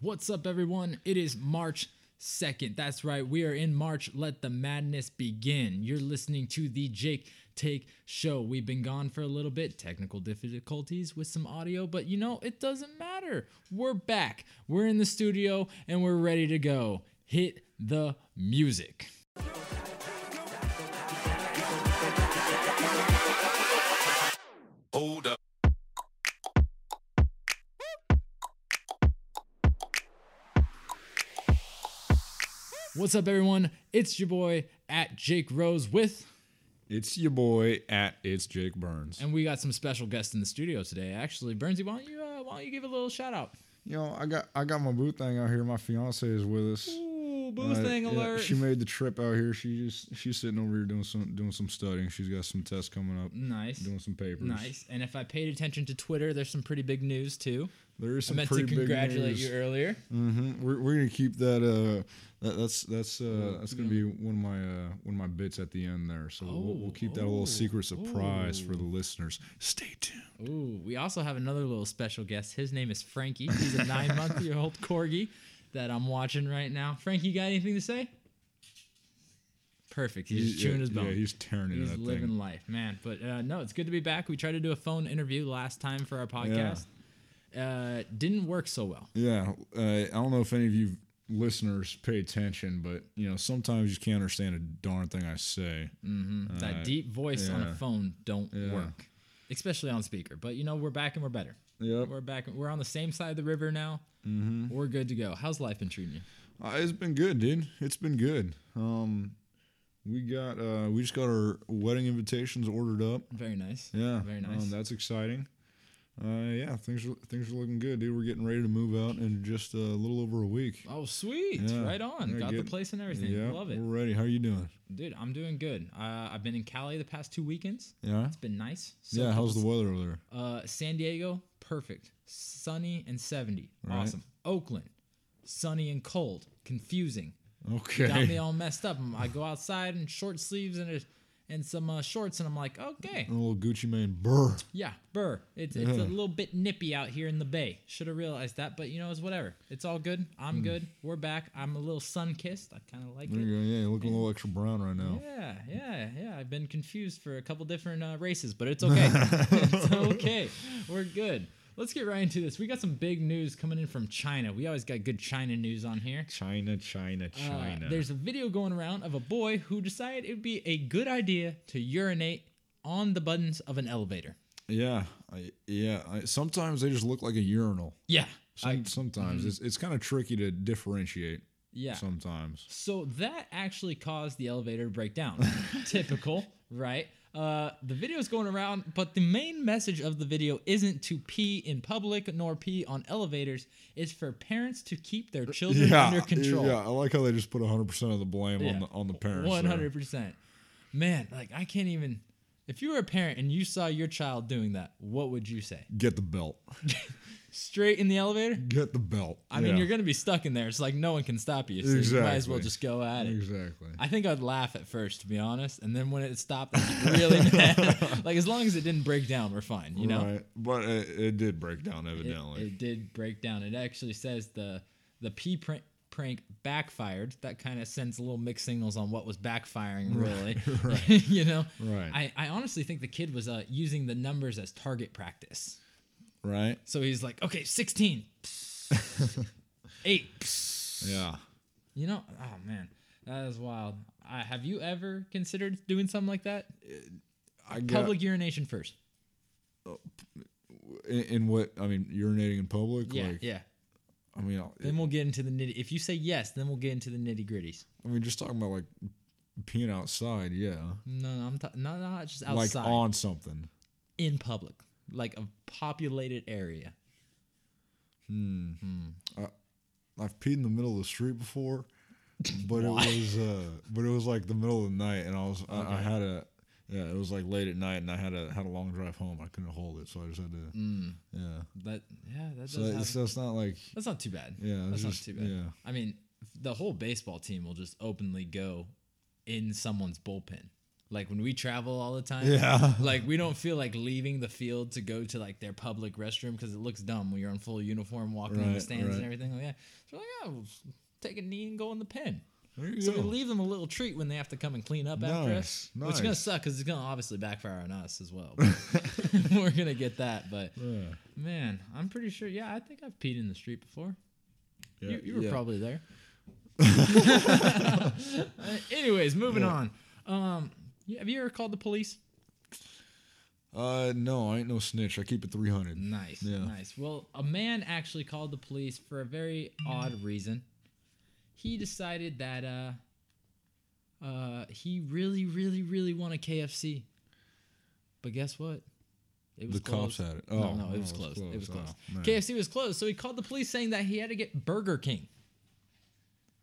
What's up, everyone? It is March 2nd. That's right, we are in March. Let the madness begin. You're listening to the Jake Take Show. We've been gone for a little bit, technical difficulties with some audio, but you know, it doesn't matter. We're back, we're in the studio, and we're ready to go. Hit the music. Hold up. What's up, everyone? It's your boy at Jake Rose with, It's your boy at it's Jake Burns. and we got some special guests in the studio today. Actually, Bernsey, why don't you uh, why don't you give a little shout out? you know, I got I got my boo thing out here. My fiance is with us. Ooh, Uh, booze thing yeah, alert! She made the trip out here. She just she's sitting over here doing some doing some studying. She's got some tests coming up, nice, doing some papers. nice. And if I paid attention to Twitter, there's some pretty big news too. There is I some meant to pretty congratulate big you earlier. hmm We're, we're gonna keep that. Uh, that, that's that's uh, that's gonna be one of my uh, one of my bits at the end there. So we'll, Oh, we'll keep that a oh, little secret surprise for the listeners. Stay tuned. Ooh, we also have another little special guest. His name is Frankie. He's a nine month year old corgi that I'm watching right now. Frankie, you got anything to say? Perfect. He's, just yeah, chewing his bone. Yeah, he's tearing it. He's that living thing. life, man. But uh, no, it's good to be back. We tried to do a phone interview last time for our podcast. Uh, didn't work so well. Yeah, uh, I don't know if any of you listeners pay attention, but you know sometimes you can't understand a darn thing I say. that deep voice on a yeah. phone don't Yeah. work, especially on speaker. But you know, we're back and we're better. Yep, We're back. We're on the same side of the river now. Mm-hmm. We're good to go. How's life been treating you? uh, it's been good, dude. It's been good. Um, we got uh, we just got our wedding invitations ordered up. Very nice. Yeah, Very nice. Um, that's exciting. Uh, yeah, things are things are looking good, dude. We're getting ready to move out in just a little over a week. oh, sweet. Yeah. Right on. Yeah, Got the get- place and everything. Love it, We're ready. How are you doing? dude. I'm doing good. Uh, I've been in Cali the past two weekends. Yeah. It's been nice. Yeah. How's the weather over there? Uh, San Diego, perfect. Sunny and 70. Right. Awesome. Oakland, sunny and cold. Confusing. Okay. Got me all messed up. I go outside in short sleeves and a, and some uh, shorts, and I'm like, okay, a little Gucci Mane. Brr. yeah, burr. It's, it's a little bit nippy out here in the bay. Should have realized that, but you know, it's whatever. It's all good. I'm good. We're back. I'm a little sun kissed. I kind of like There it. you go. Yeah, you're looking a little extra brown right now. Yeah, yeah, yeah. I've been confused for a couple different uh, races, but it's okay. it's okay. We're good. Let's get right into this. We got some big news coming in from China. We always got good China news on here. China, China, Uh, there's a video going around of a boy who decided it would be a good idea to urinate on the buttons of an elevator. yeah, I, yeah. I, sometimes they just look like a urinal. Yeah. Some, sometimes it's it's kind of tricky to differentiate. mm-hmm. Yeah. Sometimes. So that actually caused the elevator to break down. Typical, right? Uh, the video's going around, but the main message of the video isn't to pee in public nor pee on elevators. It's for parents to keep their children under control. Yeah, I like how they just put 100 percent of the blame Yeah. on the on the parents. One there. hundred percent. Man, like I can't even. If you were a parent and you saw your child doing that, what would you say? Get the belt. Straight in the elevator? Get the belt. I mean, you're gonna be stuck in there. It's like no one can stop you. So You might as well Exactly. just go at it. exactly. I think I'd laugh at first, to be honest, and then when it stopped, I was really mad. like as long as it didn't break down, we're fine. You know, right. But it, it did break down it, evidently. it did break down. It actually says the the pee prank prank backfired. That kind of sends a little mixed signals on what was backfiring, really. you know, Right. I, I honestly think the kid was uh, using the numbers as target practice. right. So he's like, okay, sixteen, eight. Yeah. You know, oh man, that is wild. Uh, have you ever considered doing something like that? I got Public urination first. in, in what I mean, urinating in public. Yeah, like, yeah. I mean, I'll- Then we'll get into the nitty. If you say yes, then we'll get into the nitty gritties. I mean, just talking about like peeing outside, yeah, No, no, I'm ta- not not just like outside on something. in public, like a populated area. I've peed in the middle of the street before, but it was uh, but it was like the middle of the night, and I was I, I had a yeah, it was like late at night, and I had a had a long drive home. I couldn't hold it, so I just had to yeah. That yeah, that does So Mm. happen. it's, so it's not like that's not too bad. yeah, that's it's not just- too bad. yeah. I mean, the whole baseball team will just openly go in someone's bullpen. Like when we travel all the time, Yeah. like we don't feel like leaving the field to go to like their public restroom because it looks dumb when you're in full uniform walking in the Right, stands and right. everything like that. So like, oh, we'll s- take a knee and go in the pen. There you So go. we leave them a little treat when they have to come and clean up after us, Nice, which is gonna nice. suck because it's gonna obviously backfire on us as well. But We're gonna get that, but Yeah. man, I'm pretty sure. Yeah, I think I've peed in the street before. Yeah, You, you were yeah. probably there. Uh, anyways, moving on. Um, yeah, have you ever called the police? Uh, no, I ain't no snitch. I keep it three hundred. Nice, Yeah. nice. Well, a man actually called the police for a very odd reason. He decided that uh, uh, he really, really, really wanted KFC. But guess what? It The cops had it. Oh, no, no, it no, was it was closed. It closed. was Oh, closed. man. KFC was closed, so he called the police saying that he had to get Burger King.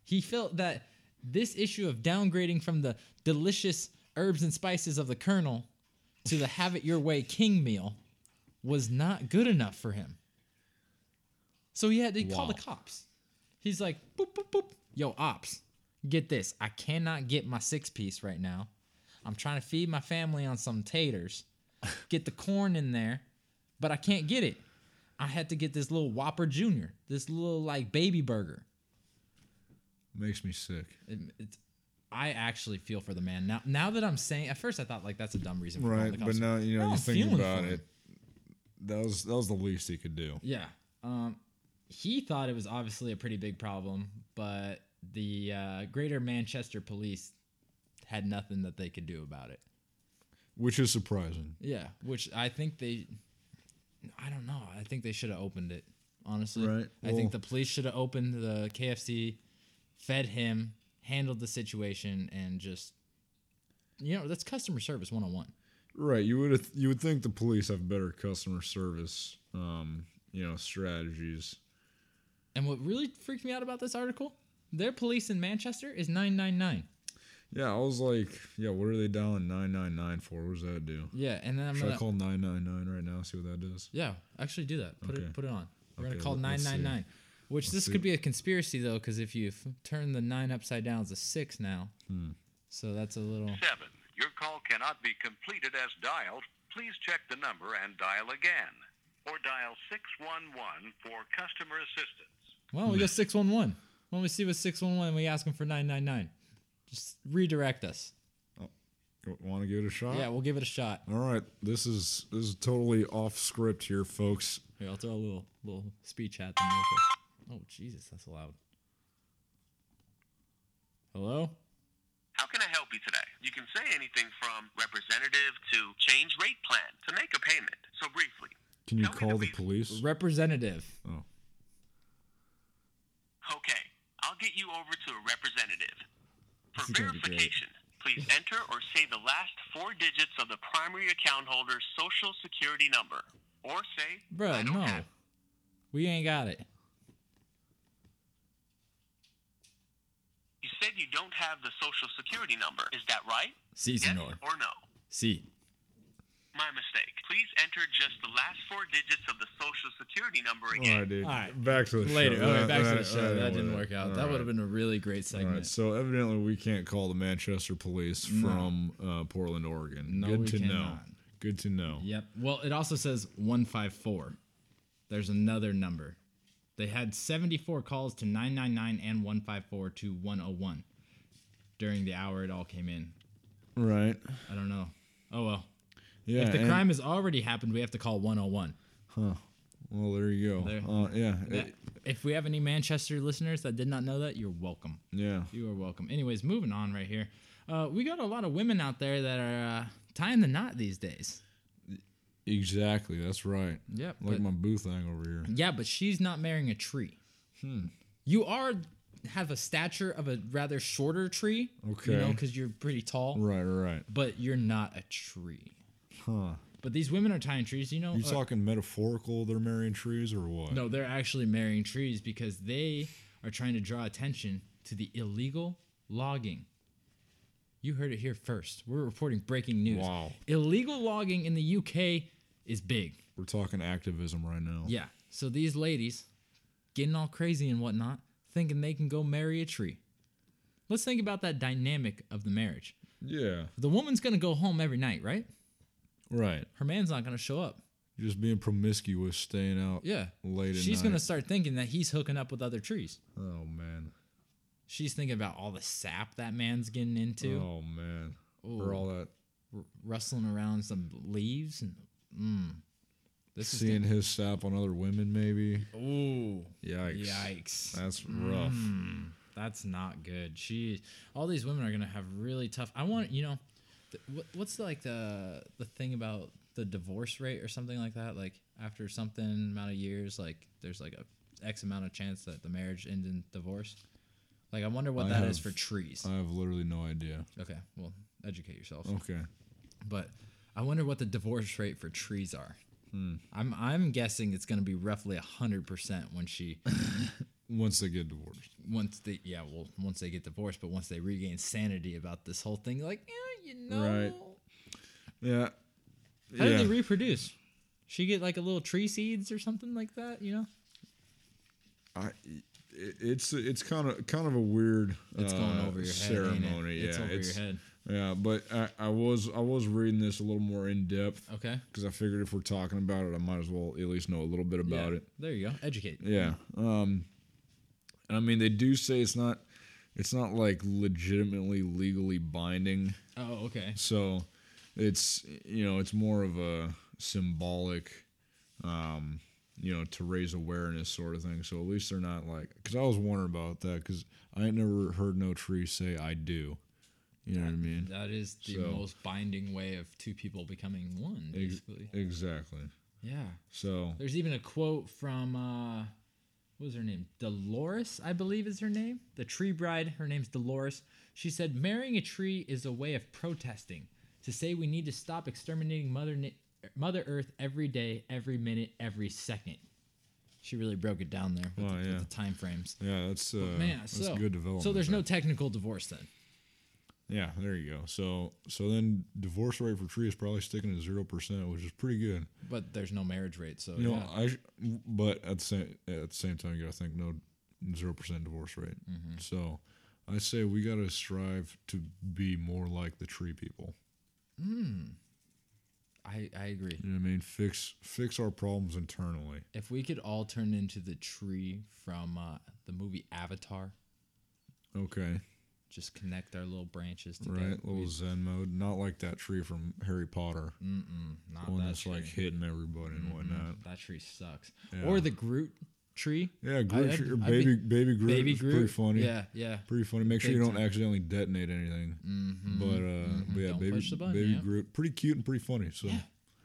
He felt that this issue of downgrading from the delicious herbs and spices of the Colonel to the have it your way king meal was not good enough for him. So he had to call the Wow. cops. He's like, boop, boop, boop. Yo, ops, get this. I cannot get my six piece right now. I'm trying to feed my family on some taters, get the corn in there, but I can't get it. I had to get this little Whopper Jr., this little like baby burger. Makes me sick. It- it's- I actually feel for the man now. Now that I'm saying, at first I thought like that's a dumb reason. for calling Right, the but cops. now you know Now you I'm think feeling about for it. That was that was the least he could do. Yeah. Um, he thought it was obviously a pretty big problem, but the uh, Greater Manchester Police had nothing that they could do about it. which is surprising. Yeah, which I think they, I don't know. I think they should have opened it. Honestly, Right, I think well- the police should have opened the KFC, fed him, handled the situation, and just, you know, that's customer service one on one. Right, you would you would think the police have better customer service, um, you know, strategies. And what really freaked me out about this article, their police in Manchester is nine nine nine. Yeah, I was like, yeah, what are they dialing nine nine nine for? What does that do? Yeah, and then I'm Should gonna I call nine nine nine right now? See what that does. Yeah, actually do that. Put Okay. it put it on. We're Okay, gonna call let- nine let's nine nine, which this see. could be a conspiracy though, because if you f- turn the nine upside down, it's a six now. Hmm. So that's a little. 7. Your call cannot be completed as dialed. Please check the number and dial again. Or dial 611 for customer assistance. Well, we go six one one. When we see what six one one, we ask them for nine nine nine. Just redirect us. Want to give it a shot? Yeah, we'll give it a shot. All right, this is this is totally off script here, folks. Here, I'll throw a little little speech at them real quick. Oh Jesus, that's loud. Hello. How can I help you today? You can say anything from representative to change rate plan to make a payment. So briefly, Can you Tell me call the the police? Representative. Oh, okay, I'll get you over to a representative. For This is gonna be great. verification, please enter or say the last four digits of the primary account holder's social security number, or say, I Bruh, don't no. have We ain't got it. You said you don't have the social security number. Is that right? Season yes or no? See. My mistake. Please enter just the last four digits of the social security number all again. right, dude. All right. Back to the Later. show. Okay, All back to right, the all show. right, that didn't whatever. work out. All that right. would have been a really great segment. All right, so evidently we can't call the Manchester police from uh, Portland, Oregon. No, Good we to know. cannot. Good to know. Yep. Well, it also says 154. There's another number. They had 74 calls to 999 and 154 to 101 during the hour it all came in. Right. I don't know. Oh well. Yeah. If the and- crime has already happened, we have to call 101. Huh. Well, there you go. There. Uh, yeah. it- If we have any Manchester listeners that did not know that, you're welcome. yeah. You are welcome. Anyways, moving on right here. Uh, we got a lot of women out there that are uh, tying the knot these days. Exactly. That's right. Yep, Like but- my boo thing over here. Yeah, but she's not marrying a tree. Hmm. You are have a stature of a rather shorter tree. You know, Okay. because you're pretty tall, Right. Right. but you're not a tree. Huh. But these women are tying trees. You know, You uh, talking metaphorical? They're marrying trees or what? no, they're actually marrying trees because they are trying to draw attention to the illegal logging. You heard it here first. We're reporting breaking news. Wow. Illegal logging in the UK is big. We're talking activism right now. Yeah. So these ladies, getting all crazy and whatnot, thinking they can go marry a tree. Let's think about that dynamic of the marriage. Yeah. The woman's gonna go home every night, right? Right. Her man's not gonna show up. You're just being promiscuous, staying out Yeah. late at She's night. gonna start thinking that he's hooking up with other trees. Oh man. She's thinking about all the sap that man's getting into, Oh man. For all that r- rustling around some leaves and mm. This is seeing his sap on other women, maybe. gonna- ooh Yikes. yikes. Mm. That's rough. That's not good. She, all these women are gonna have really tough. I want you know, th- what, what's the, like the the thing about the divorce rate or something like that? Like after something amount of years, like there's like a x amount of chance that the marriage ends in divorce. Like I wonder what I that is have- for trees. I Oh. have literally no idea. okay, well educate yourself. Okay. But I wonder what the divorce rate for trees are. Hmm. I'm I'm guessing it's gonna be roughly hundred percent when she Once they get divorced. once they yeah well once they get divorced but once they regain sanity about this whole thing like yeah you know Right. Yeah. how do yeah. they reproduce she get like a little tree seeds or something like that you know I, it- it's it's kind of kind of a weird it's going uh, over your head ceremony. ain't it? it's Yeah, over your head yeah. But I, I was I was reading this a little more in depth okay because I figured if we're talking about it, I might as well at least know a little bit about Yeah. it. there you go educate Yeah. Um, and I mean, they do say it's not it's not like legitimately legally binding. oh okay So it's you know it's more of a symbolic, um, you know, to raise awareness sort of thing. So at least they're not like because I was wondering about that because I ain't never heard no tree say I do. You know what I mean? that is the So- most binding way of two people becoming one Ex- basically exactly. yeah So there's even a quote from uh what was her name? Dolores, I believe is her name. The tree bride, her name's Dolores. She said, "Marrying a tree is a way of protesting. To say we need to stop exterminating mother Na- Mother Earth every day, every minute, every second. She really broke it down there with, Oh, the, yeah. with the time frames. yeah, that's uh, Man, that's so good development. So there's there. no technical divorce then. yeah. There you go. So so then divorce rate for tree is probably sticking at zero percent, which is pretty good. But there's no marriage rate, so You know, yeah. I. sh- But at the same at the same time, you gotta think no zero percent divorce rate. Mm-hmm. So, I say we gotta strive to be more like the tree people. I, I agree. You know what I mean? Fix fix our problems internally. If we could all turn into the tree from uh, the movie Avatar, Okay, just connect our little branches together. right? Little Zen mode, not like that tree from Harry Potter, Not one that that's tree. Mm-hmm. like hitting everybody and whatnot. that tree sucks. Or the Groot tree. Yeah, Groot, I'd- tree- or I'd baby baby Groot, Baby is Groot. pretty funny. Yeah, yeah. Pretty funny. Make sure Big you don't time. Mm-hmm. accidentally detonate anything. But uh, but yeah, Don't baby, push the button, baby yeah. Groot, pretty cute and pretty funny. So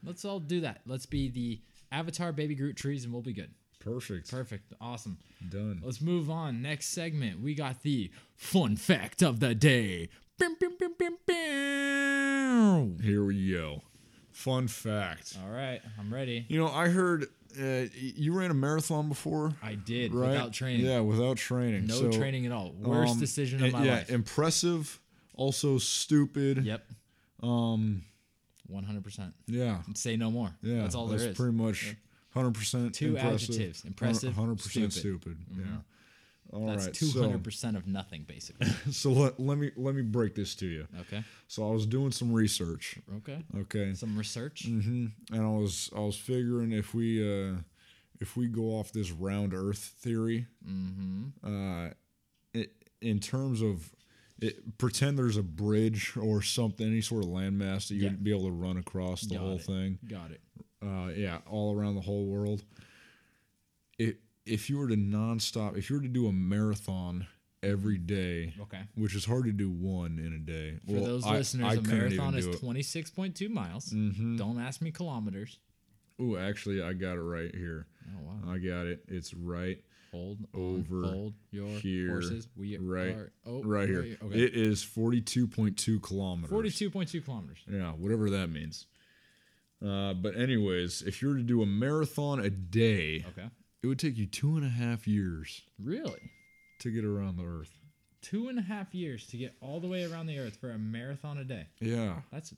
Let's all do that. Let's be the Avatar Baby Groot trees, and we'll be good. Perfect. Perfect. Awesome. Done. Let's move on. Next segment, we got the fun fact of the day. Bim, bim, bim, bim, bim. Here we go. Fun fact. All right, I'm ready. You know, I heard uh, y- you ran a marathon before, I did right? without training. Yeah, without training. No So, training at all. Worst um, decision of uh, my yeah, life. impressive. Also stupid. yep. Um, 100%. Yeah. Say no more. Yeah. that's all that's there is. Pretty much. Hundred percent. Two adjectives, impressive, Hundred percent stupid. Mm-hmm. stupid. Yeah. All right. That's two hundred percent of nothing, basically. So, so let, let me let me break this to you. Okay. So I was doing some research. Okay. Okay. Some research. Mm. Mm-hmm. and I was I was figuring if we uh, if we go off this round Earth theory, Mm-hmm. uh, i in terms of it, pretend there's a bridge or something, any sort of landmass that you'd Yeah. be able to run across the Got whole it. thing. Got it. Uh, yeah, all around the whole world. If if you were to nonstop, if you were to do a marathon every day, Okay. which is hard to do one in a day. Mm-hmm. For those listeners, a couldn't even marathon is do it. Mm. Mm-hmm. twenty six point two miles. Don't ask me kilometers. Ooh, actually, I got it right here. Oh wow. I got it. It's right Hold on, Uh, over hold your here, horses. We right, are oh right here. Okay. It is forty-two point two kilometers. Forty two point two kilometers. Yeah, whatever that means. Uh, but anyways, if you were to do a marathon a day, Okay. it would take you two and a half years Really? to get around the Earth. Two and a half years to get all the way around the earth for a marathon a day. Yeah, That's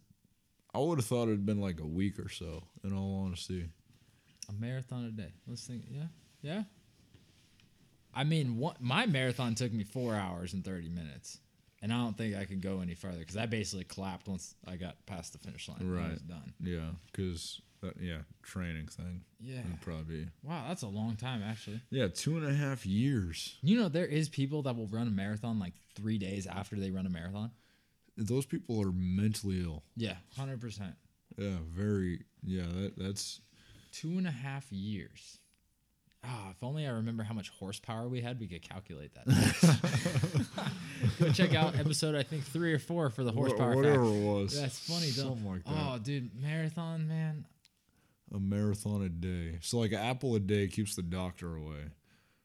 I would have thought it'd been like a week or so. In all honesty, A marathon a day. Let's think. Yeah, yeah. I mean, one, my marathon took me four hours and thirty minutes, And I don't think I could go any further because I basically collapsed once I got past the finish line. I was Right. done. Yeah, because that yeah training thing. Yeah. would probably be. Wow, that's a long time actually. Yeah, two and a half years. You know, there is people that will run a marathon like three days after they run a marathon. Those people are mentally ill. Yeah, hundred percent. Yeah, very. Yeah, that that's Two and a half years. Ah, if only I remember how much horsepower we had, we could calculate that. Go check out episode I think three or four for the wha- horsepower. whatever facts. it was. That's funny though. Something like that. Oh, dude, marathon man. A marathon a day. So like an apple a day keeps the doctor away.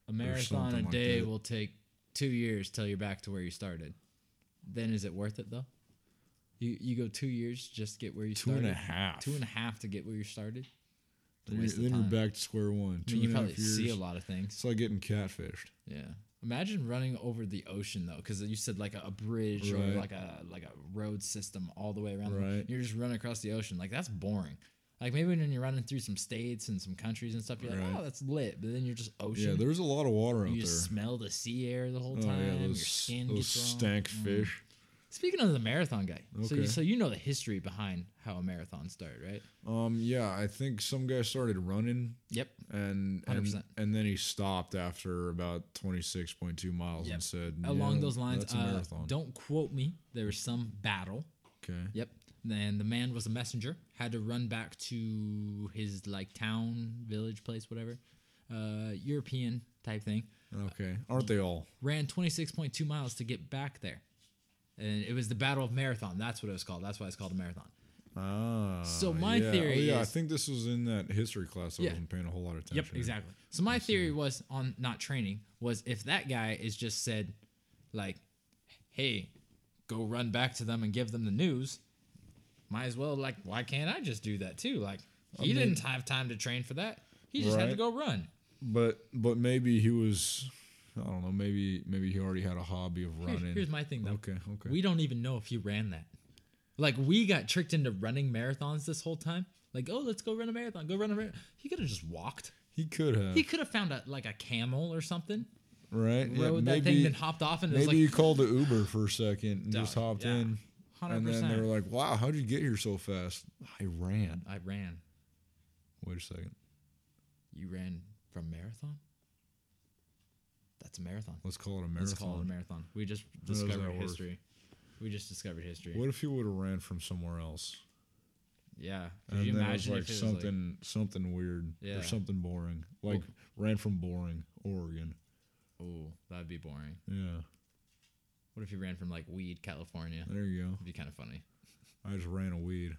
A marathon a something like day that. will take two years till you're back to where you started. Then is it worth it though? You you go two years just to get where you Two started. and a half. Two and a half to get where you started. Then, you're, waste of then you're time. back to square one. I Two mean, you and a half probably see a years. lot of things. It's like getting catfished. Yeah. Imagine running over the ocean though, because you said like a, a bridge Right. or like a like a road system all the way around. Right. You're just running across the ocean. Like that's boring. Like maybe when you're running through some states and some countries and stuff, you're like, Right. oh, that's lit. But then you're just ocean. Yeah, there's a lot of water out you there. just smell the sea air the whole Oh time. yeah, Your those, skin those gets wrong. Mm. stank fish. Speaking of the marathon guy, so you, Okay. so you know the history behind how a marathon started, right? Um, yeah, I think some guy started running Yep. and and, 100%. and then he stopped after about twenty six point two miles Yep. and said Along "Yeah, those lines, that's a uh, marathon. don't quote me. There was some battle. okay. Yep. Then the man was a messenger, had to run back to his like town, village, place, whatever, uh, European type thing. Okay. Aren't they all? Ran 26.2 miles to get back there. And it was the Battle of Marathon. That's what it was called. That's why it's called a marathon. Ah. So my yeah. theory Oh, yeah, I is- think this was in that history class. I Yeah. wasn't paying a whole lot of attention. Yep, exactly. So my theory was on not training was if that guy is just said, like, hey, go run back to them and give them the news. Might as well like, why can't I just do that too? Like, he didn't have time to train for that. He just had to Right. go run. But but maybe he was, I don't know. Maybe maybe he already had a hobby of Here's, running. here's my thing though. Okay. Okay. We don't even know if he ran that. Like we got tricked into running marathons this whole time. Like, oh, let's go run a marathon. Go run a marathon. He could have just walked. he could have. He could have found a like a camel or something, right. Yeah, rode that thing, then hopped off, and it was Maybe like you called the Uber for a second and Dog, just hopped yeah. in. And then they 100%. were like, wow, how'd you get here so fast? I ran. I ran. Wait a second. You ran from marathon? That's a marathon. Let's call it a Let's call it a marathon. marathon. We just does that discovered work? history. We just discovered history. What if he would have ran from somewhere else? Yeah. Could And you then imagine it was like if it was like- something something weird Yeah. or something boring. Like ran from boring, Oregon. oh, that'd be boring. Yeah. What if you ran from like weed, California? That'd There you go. be kind of funny. I just ran a weed.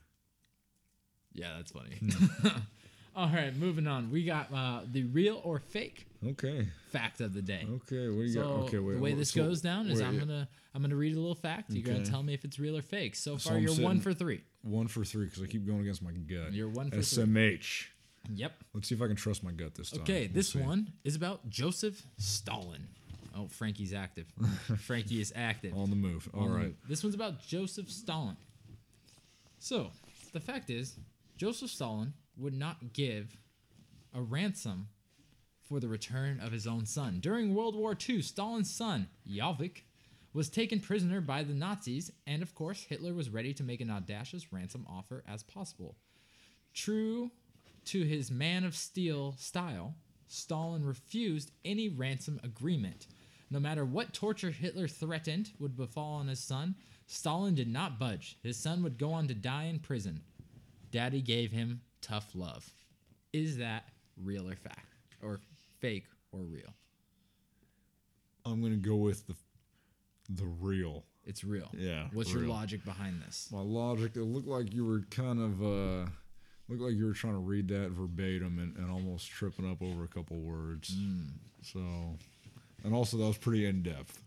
Yeah, that's funny. Hmm. All right, moving on. We got uh, the real or fake Okay. fact of the day. Okay. What do you So Oh, got? Okay, wait. the way wh- this so- goes down is wait, I'm gonna I'm gonna read a little fact. You're gonna Okay. tell me if it's real or fake. So So far, I'm you're one sitting- for three. one for three because I keep going against my gut. You're one for three. SMH. Yep. Let's see if I can trust my gut this time. Okay, We'll this see. one is about Joseph Stalin. Oh, Frankie's active. Frankie is active. on the move. All Um, right. This one's about Joseph Stalin. So, the fact is, Joseph Stalin would not give a ransom for the return of his own son. During World War II, Stalin's son, Yavik, was taken prisoner by the Nazis, and of course, Hitler was ready to make an audacious ransom offer as possible. True to his man of steel style, Stalin refused any ransom agreement. No matter what torture Hitler threatened would befall on his son, Stalin did not budge. His son would go on to die in prison. Daddy gave him tough love. Is that real or fact? Or fake or real? I'm gonna go with the the real. It's real. Yeah, What's your real. logic behind this? My logic. It looked like you were kind of uh, looked like you were trying to read that verbatim and, and almost tripping up over a couple words. Mm. So, and also that was pretty in depth.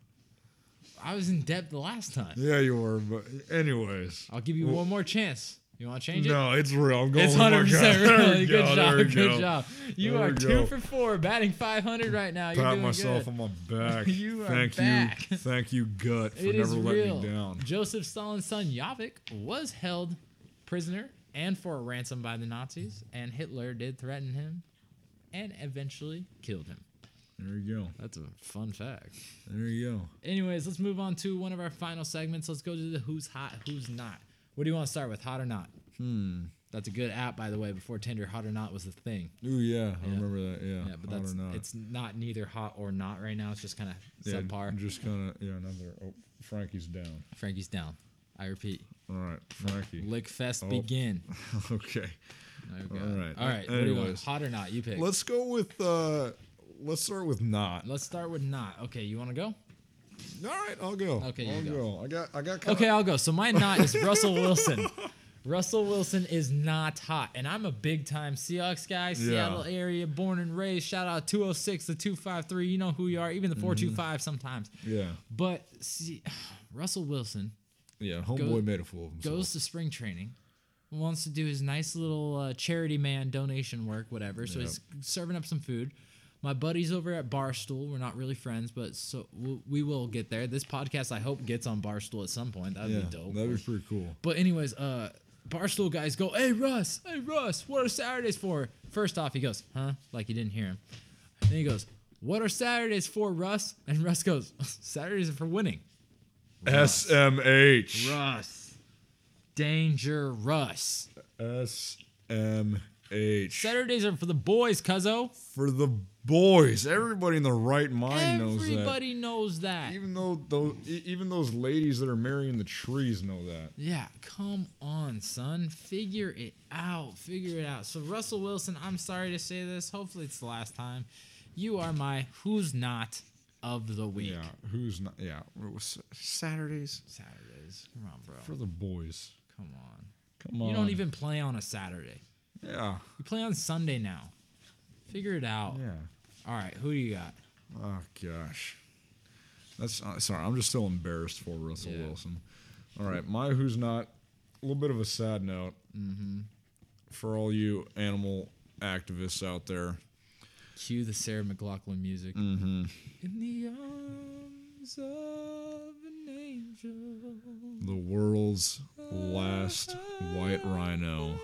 I was in depth the last time. Yeah, you were. But anyways, I'll give you one more chance. You want to change it? no, it's real. I'm going. It's with Oh my hundred percent gut. There real. we Good go, there job. we Good go. job. You There are we two go. for four, batting five hundred right now. You're Pat doing myself good. on my back. You are Thank back. you. Thank you, gut, for It never is letting real. me down. Joseph Stalin's son Yavik was held prisoner and for a ransom by the Nazis, and Hitler did threaten him, and eventually killed him. There you go. That's a fun fact. There you go. Anyways, let's move on to one of our final segments. Let's go to the who's hot, who's not. What do you want to start with, hot or not? Hmm. That's a good app, by the way. Before Tinder, hot or not was the thing. Ooh yeah, I remember that. Yeah, Yeah, but I that's don't know. it's not neither hot or not right now. It's just kind of yeah, subpar. Just kind of yeah. Another. Oh, Frankie's down. Frankie's down. I repeat, All right, Frankie. lick fest Oh. begin. okay. There we go. All right. Oh, All right. What do you want? Anyways. Hot or not? You pick. Let's, Let's go with. uh Let's start with not. start with not. Okay, you want to go? All right, I'll go. Okay, you I'll go. go. I got. I got. Kinda, Okay, I'll go. So my not is Russell Wilson. Russell Wilson is not hot, and I'm a big time Seahawks guy, Seattle area, born and raised. Shout out 206 to 253. You know who you are, even Mm-hmm. the 425 sometimes. Yeah. But see, Russell Wilson Yeah. Homeboy Goes- made a fool of himself. goes to spring training, wants to do his nice little uh, charity man donation work, whatever. So he's serving up some food. My buddy's over at Barstool. We're not really friends, but so we, we will get there. This podcast, I hope, gets on Barstool at some point. That'd yeah, be dope. that'd be pretty cool. But anyways, uh Barstool guys go, "Hey Russ, hey Russ, what are Saturdays for?" First off, he goes, "Huh?" Like he didn't hear him. Then he goes, "What are Saturdays for, Russ?" And Russ goes, "Saturdays are for winning." SMH. Russ, danger, Russ. SMH. Saturdays are for the boys, cuzzo. For the boys, everybody in the right mind knows that. Everybody knows that. Even though those, e- even those ladies that are marrying the trees know that. Yeah, come on, son. Figure it out. Figure it out. So, Russell Wilson, I'm sorry to say this. Hopefully, it's the last time. You are my who's not of the week. Yeah, who's not? Yeah, it was Saturdays Saturdays. Come on, bro. for the boys. Come on. Come on. You don't even play on a Saturday. Yeah, You play on Sunday now. Figure it out. yeah. All right, who do you got? Oh gosh, that's uh, sorry. I'm just still embarrassed for Russell Yeah. Wilson. All right, my who's not a little bit of a sad note Mm-hmm. for all you animal activists out there. Cue the Sarah McLaughlin music. Mm-hmm. In the arms of an angel. The world's last white rhino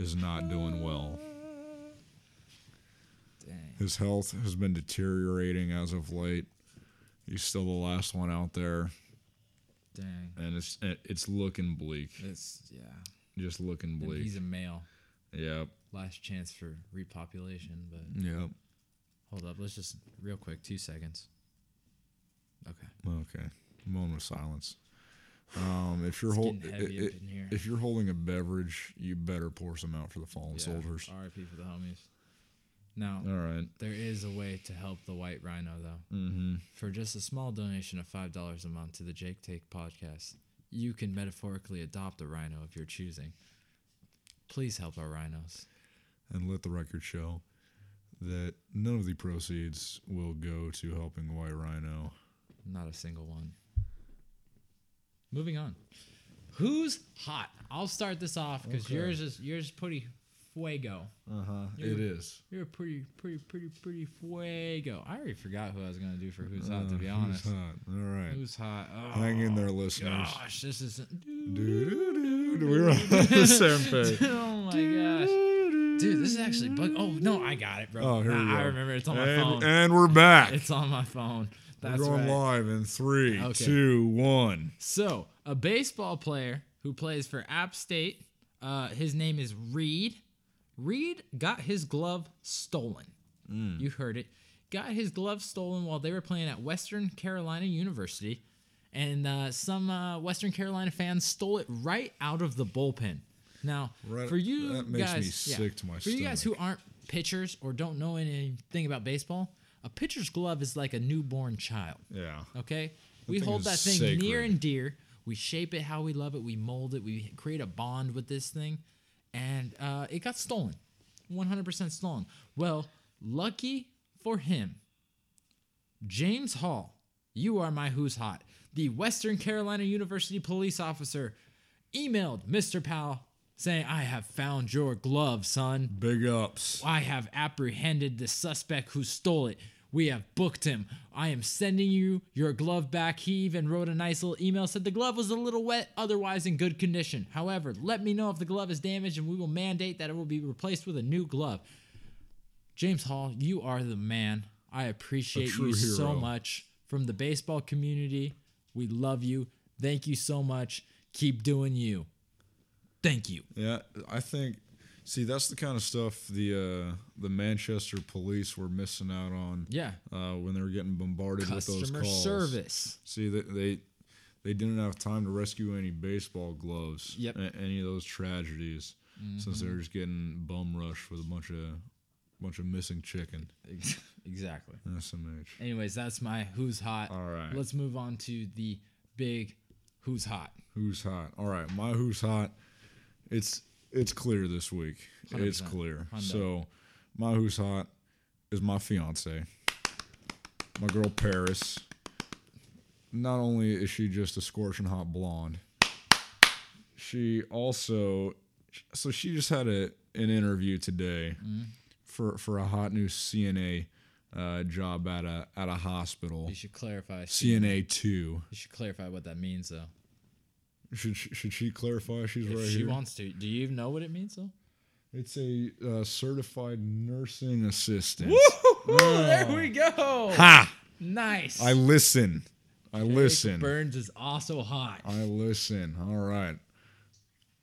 is not doing well. Dang. His health has been deteriorating as of late. He's still the last one out there, Dang. and it's it- it's looking bleak. It's yeah. Just looking And bleak. he's a male. Yep. Last chance for repopulation, but Yep. hold up, let's just real quick, two seconds. Okay. Okay. Moment of silence. Um, if you're holding getting heavy up in here. if you're holding a beverage, you better pour some out for the fallen Yeah, soldiers. R.I.P. for the homies. Now All right. there is a way to help the white rhino though. Mm-hmm. For just a small donation of five dollars a month to the Jake Take podcast, you can metaphorically adopt a rhino of your choosing. Please help our rhinos. And let the record show that none of the proceeds will go to helping the White Rhino. Not a single one. Moving on. Who's hot? I'll start this off because yours is yours is pretty fuego. Uh-huh. It is. You're pretty, pretty, pretty, pretty fuego. I already forgot who I was gonna do for who's hot. To be honest, It's hot. All right. Uh, who's hot? Oh Hang in there, listeners. gosh, this is. Doo-doo-doo-doo. We're on the same page. Oh my gosh, dude, this is actually bug. Oh no, I got it, bro. Oh, here we Nah, I go. remember it's on my And, phone. and we're back. it's on my phone. That's we're going right. live in three, two, one. Okay. So, a baseball player who plays for App State, uh, his name is Reed. Reed got his glove stolen. Mm. You heard it. Got his glove stolen while they were playing at Western Carolina University. And uh, some uh, Western Carolina fans stole it right out of the bullpen. Now, Right- for you that makes me guys, yeah, sick to my for you guys who aren't pitchers or don't know anything about baseball, a pitcher's glove is like a newborn child. Yeah. Okay? we thing hold is that thing near sacred. and dear. We shape it how we love it. We mold it. We create a bond with this thing. And uh, it got stolen 100% stolen. Well, lucky for him, James Hall, you are my who's hot. The Western Carolina University police officer emailed Mr. Powell saying, I have found your glove, son. Big ups. I have apprehended the suspect who stole it. We have booked him. I am sending you your glove back. He even wrote a nice little email, said the glove was a little wet, otherwise in good condition. However, let me know if the glove is damaged and we will mandate that it will be replaced with a new glove. James Hall, you are the man. I appreciate true you so hero. much from the baseball community. We love you. Thank you so much. Keep doing you. Thank you. Yeah, I think. See, that's the kind of stuff the uh, the Manchester police were missing out on. Yeah. Uh, when they were getting bombarded with Customer those calls. service. See, they, they they didn't have time to rescue any baseball gloves. Yep. Mm-hmm. a- any of those tragedies, since they were just getting bum rushed with a bunch of bunch of missing chicken. Ex- exactly. SMH. Anyways, that's my who's hot. All right. Let's move on to the big who's hot. Who's hot? All right, my who's hot. It's it's clear this week. It's 100%. clear. Hundo. So my who's hot is my fiance, my girl Paris. Not only is she just a scorching hot blonde, she also so she just had a an interview today Mm-hmm. for for a hot new CNA uh, job at a at a hospital. You should clarify. You CNA two. should clarify what that means, though. Should she, should she clarify? She's If right she here. wants to. Do you even know what it means, though? It's a uh, certified nursing assistant. There we go. Oh. Ha! Nice. I listen. I listen. Burns is also hot. I listen. All right.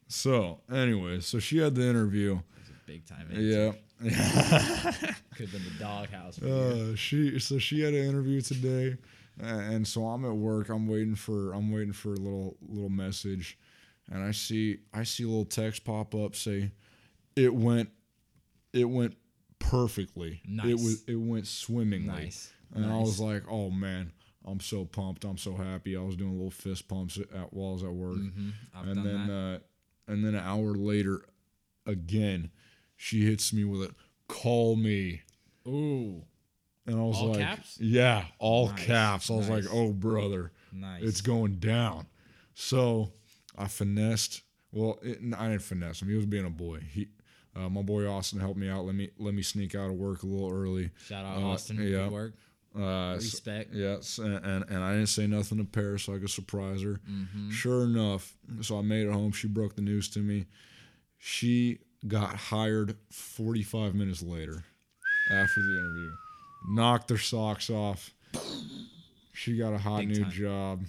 So, anyway, so she had the interview. Big time. Yeah. Yeah. Could have been the doghouse. for you. Uh, she so she had an interview today, a- and so I'm at work. I'm waiting for I'm waiting for a little little message, and I see I see a little text pop up say, "It went, it went perfectly. It Nice. was it went swimmingly." Nice. And I was like, "Oh man, I'm so pumped. I'm so happy." I was doing little fist pumps at while I was at work, Mm-hmm. I've and done then that. Uh, and then an hour later, again, she hits me with a "Call me." Ooh. And I was All like, caps? yeah, all Nice, caps. I was nice. like, oh, brother, Nice. it's going down. So I finessed. Well, it, n- I didn't finesse him. He was being a boy. He, uh, my boy Austin helped me out. Let me let me sneak out of work a little early. Shout out Uh, Austin. yeah. Good work. Uh, s- Respect. Yes, and, and and I didn't say nothing to Paris so I could surprise her. Mm-hmm. Sure enough, so I made it home. She broke the news to me. She got hired 45 minutes later after the interview. Knocked their socks off. She got a hot Big new time. job.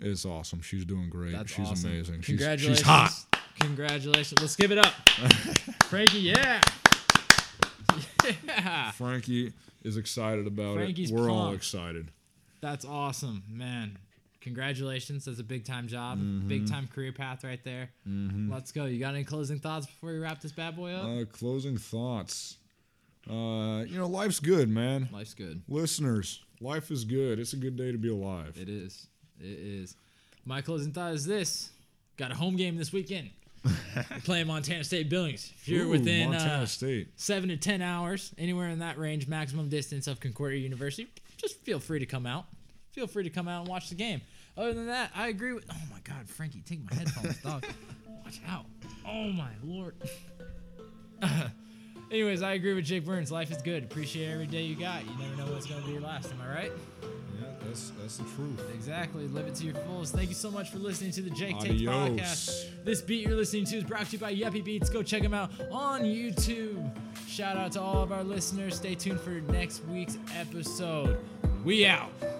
It's awesome. She's doing great. That's she's awesome. amazing. She's, Congratulations. she's hot. Congratulations. Let's give it up. Frankie, yeah. yeah. Frankie is excited about Frankie's it. We're all pumped. excited. That's awesome, man. Congratulations. That's a big time job. Mm-hmm. Big time career path right there. Let's go. You got any closing thoughts before we wrap this bad boy up? Uh, closing thoughts. Uh, you know, life's good, man. Life's good. Listeners, life is good. It's a good day to be alive. It is. It is. My closing thought is this: got a home game this weekend. We're playing Montana State Billings. If you're Ooh, within Montana uh, State. seven to ten hours, anywhere in that range, maximum distance of Concordia University, just feel free to come out. Feel free to come out and watch the game. Other than that, I agree with. Oh my God, Frankie, take my headphones, dog. Watch out. Oh my lord. Anyways, I agree with Jake Burns. Life is good. Appreciate every day you got. You never know what's gonna be your last. Am I right? Yeah, that's that's the truth. Exactly. Live it to your fullest. Thank you so much for listening to the Jake Takes Adios. podcast. This beat you're listening to is brought to you by Yuppie Beats. Go check them out on YouTube. Shout out to all of our listeners. Stay tuned for next week's episode. We out.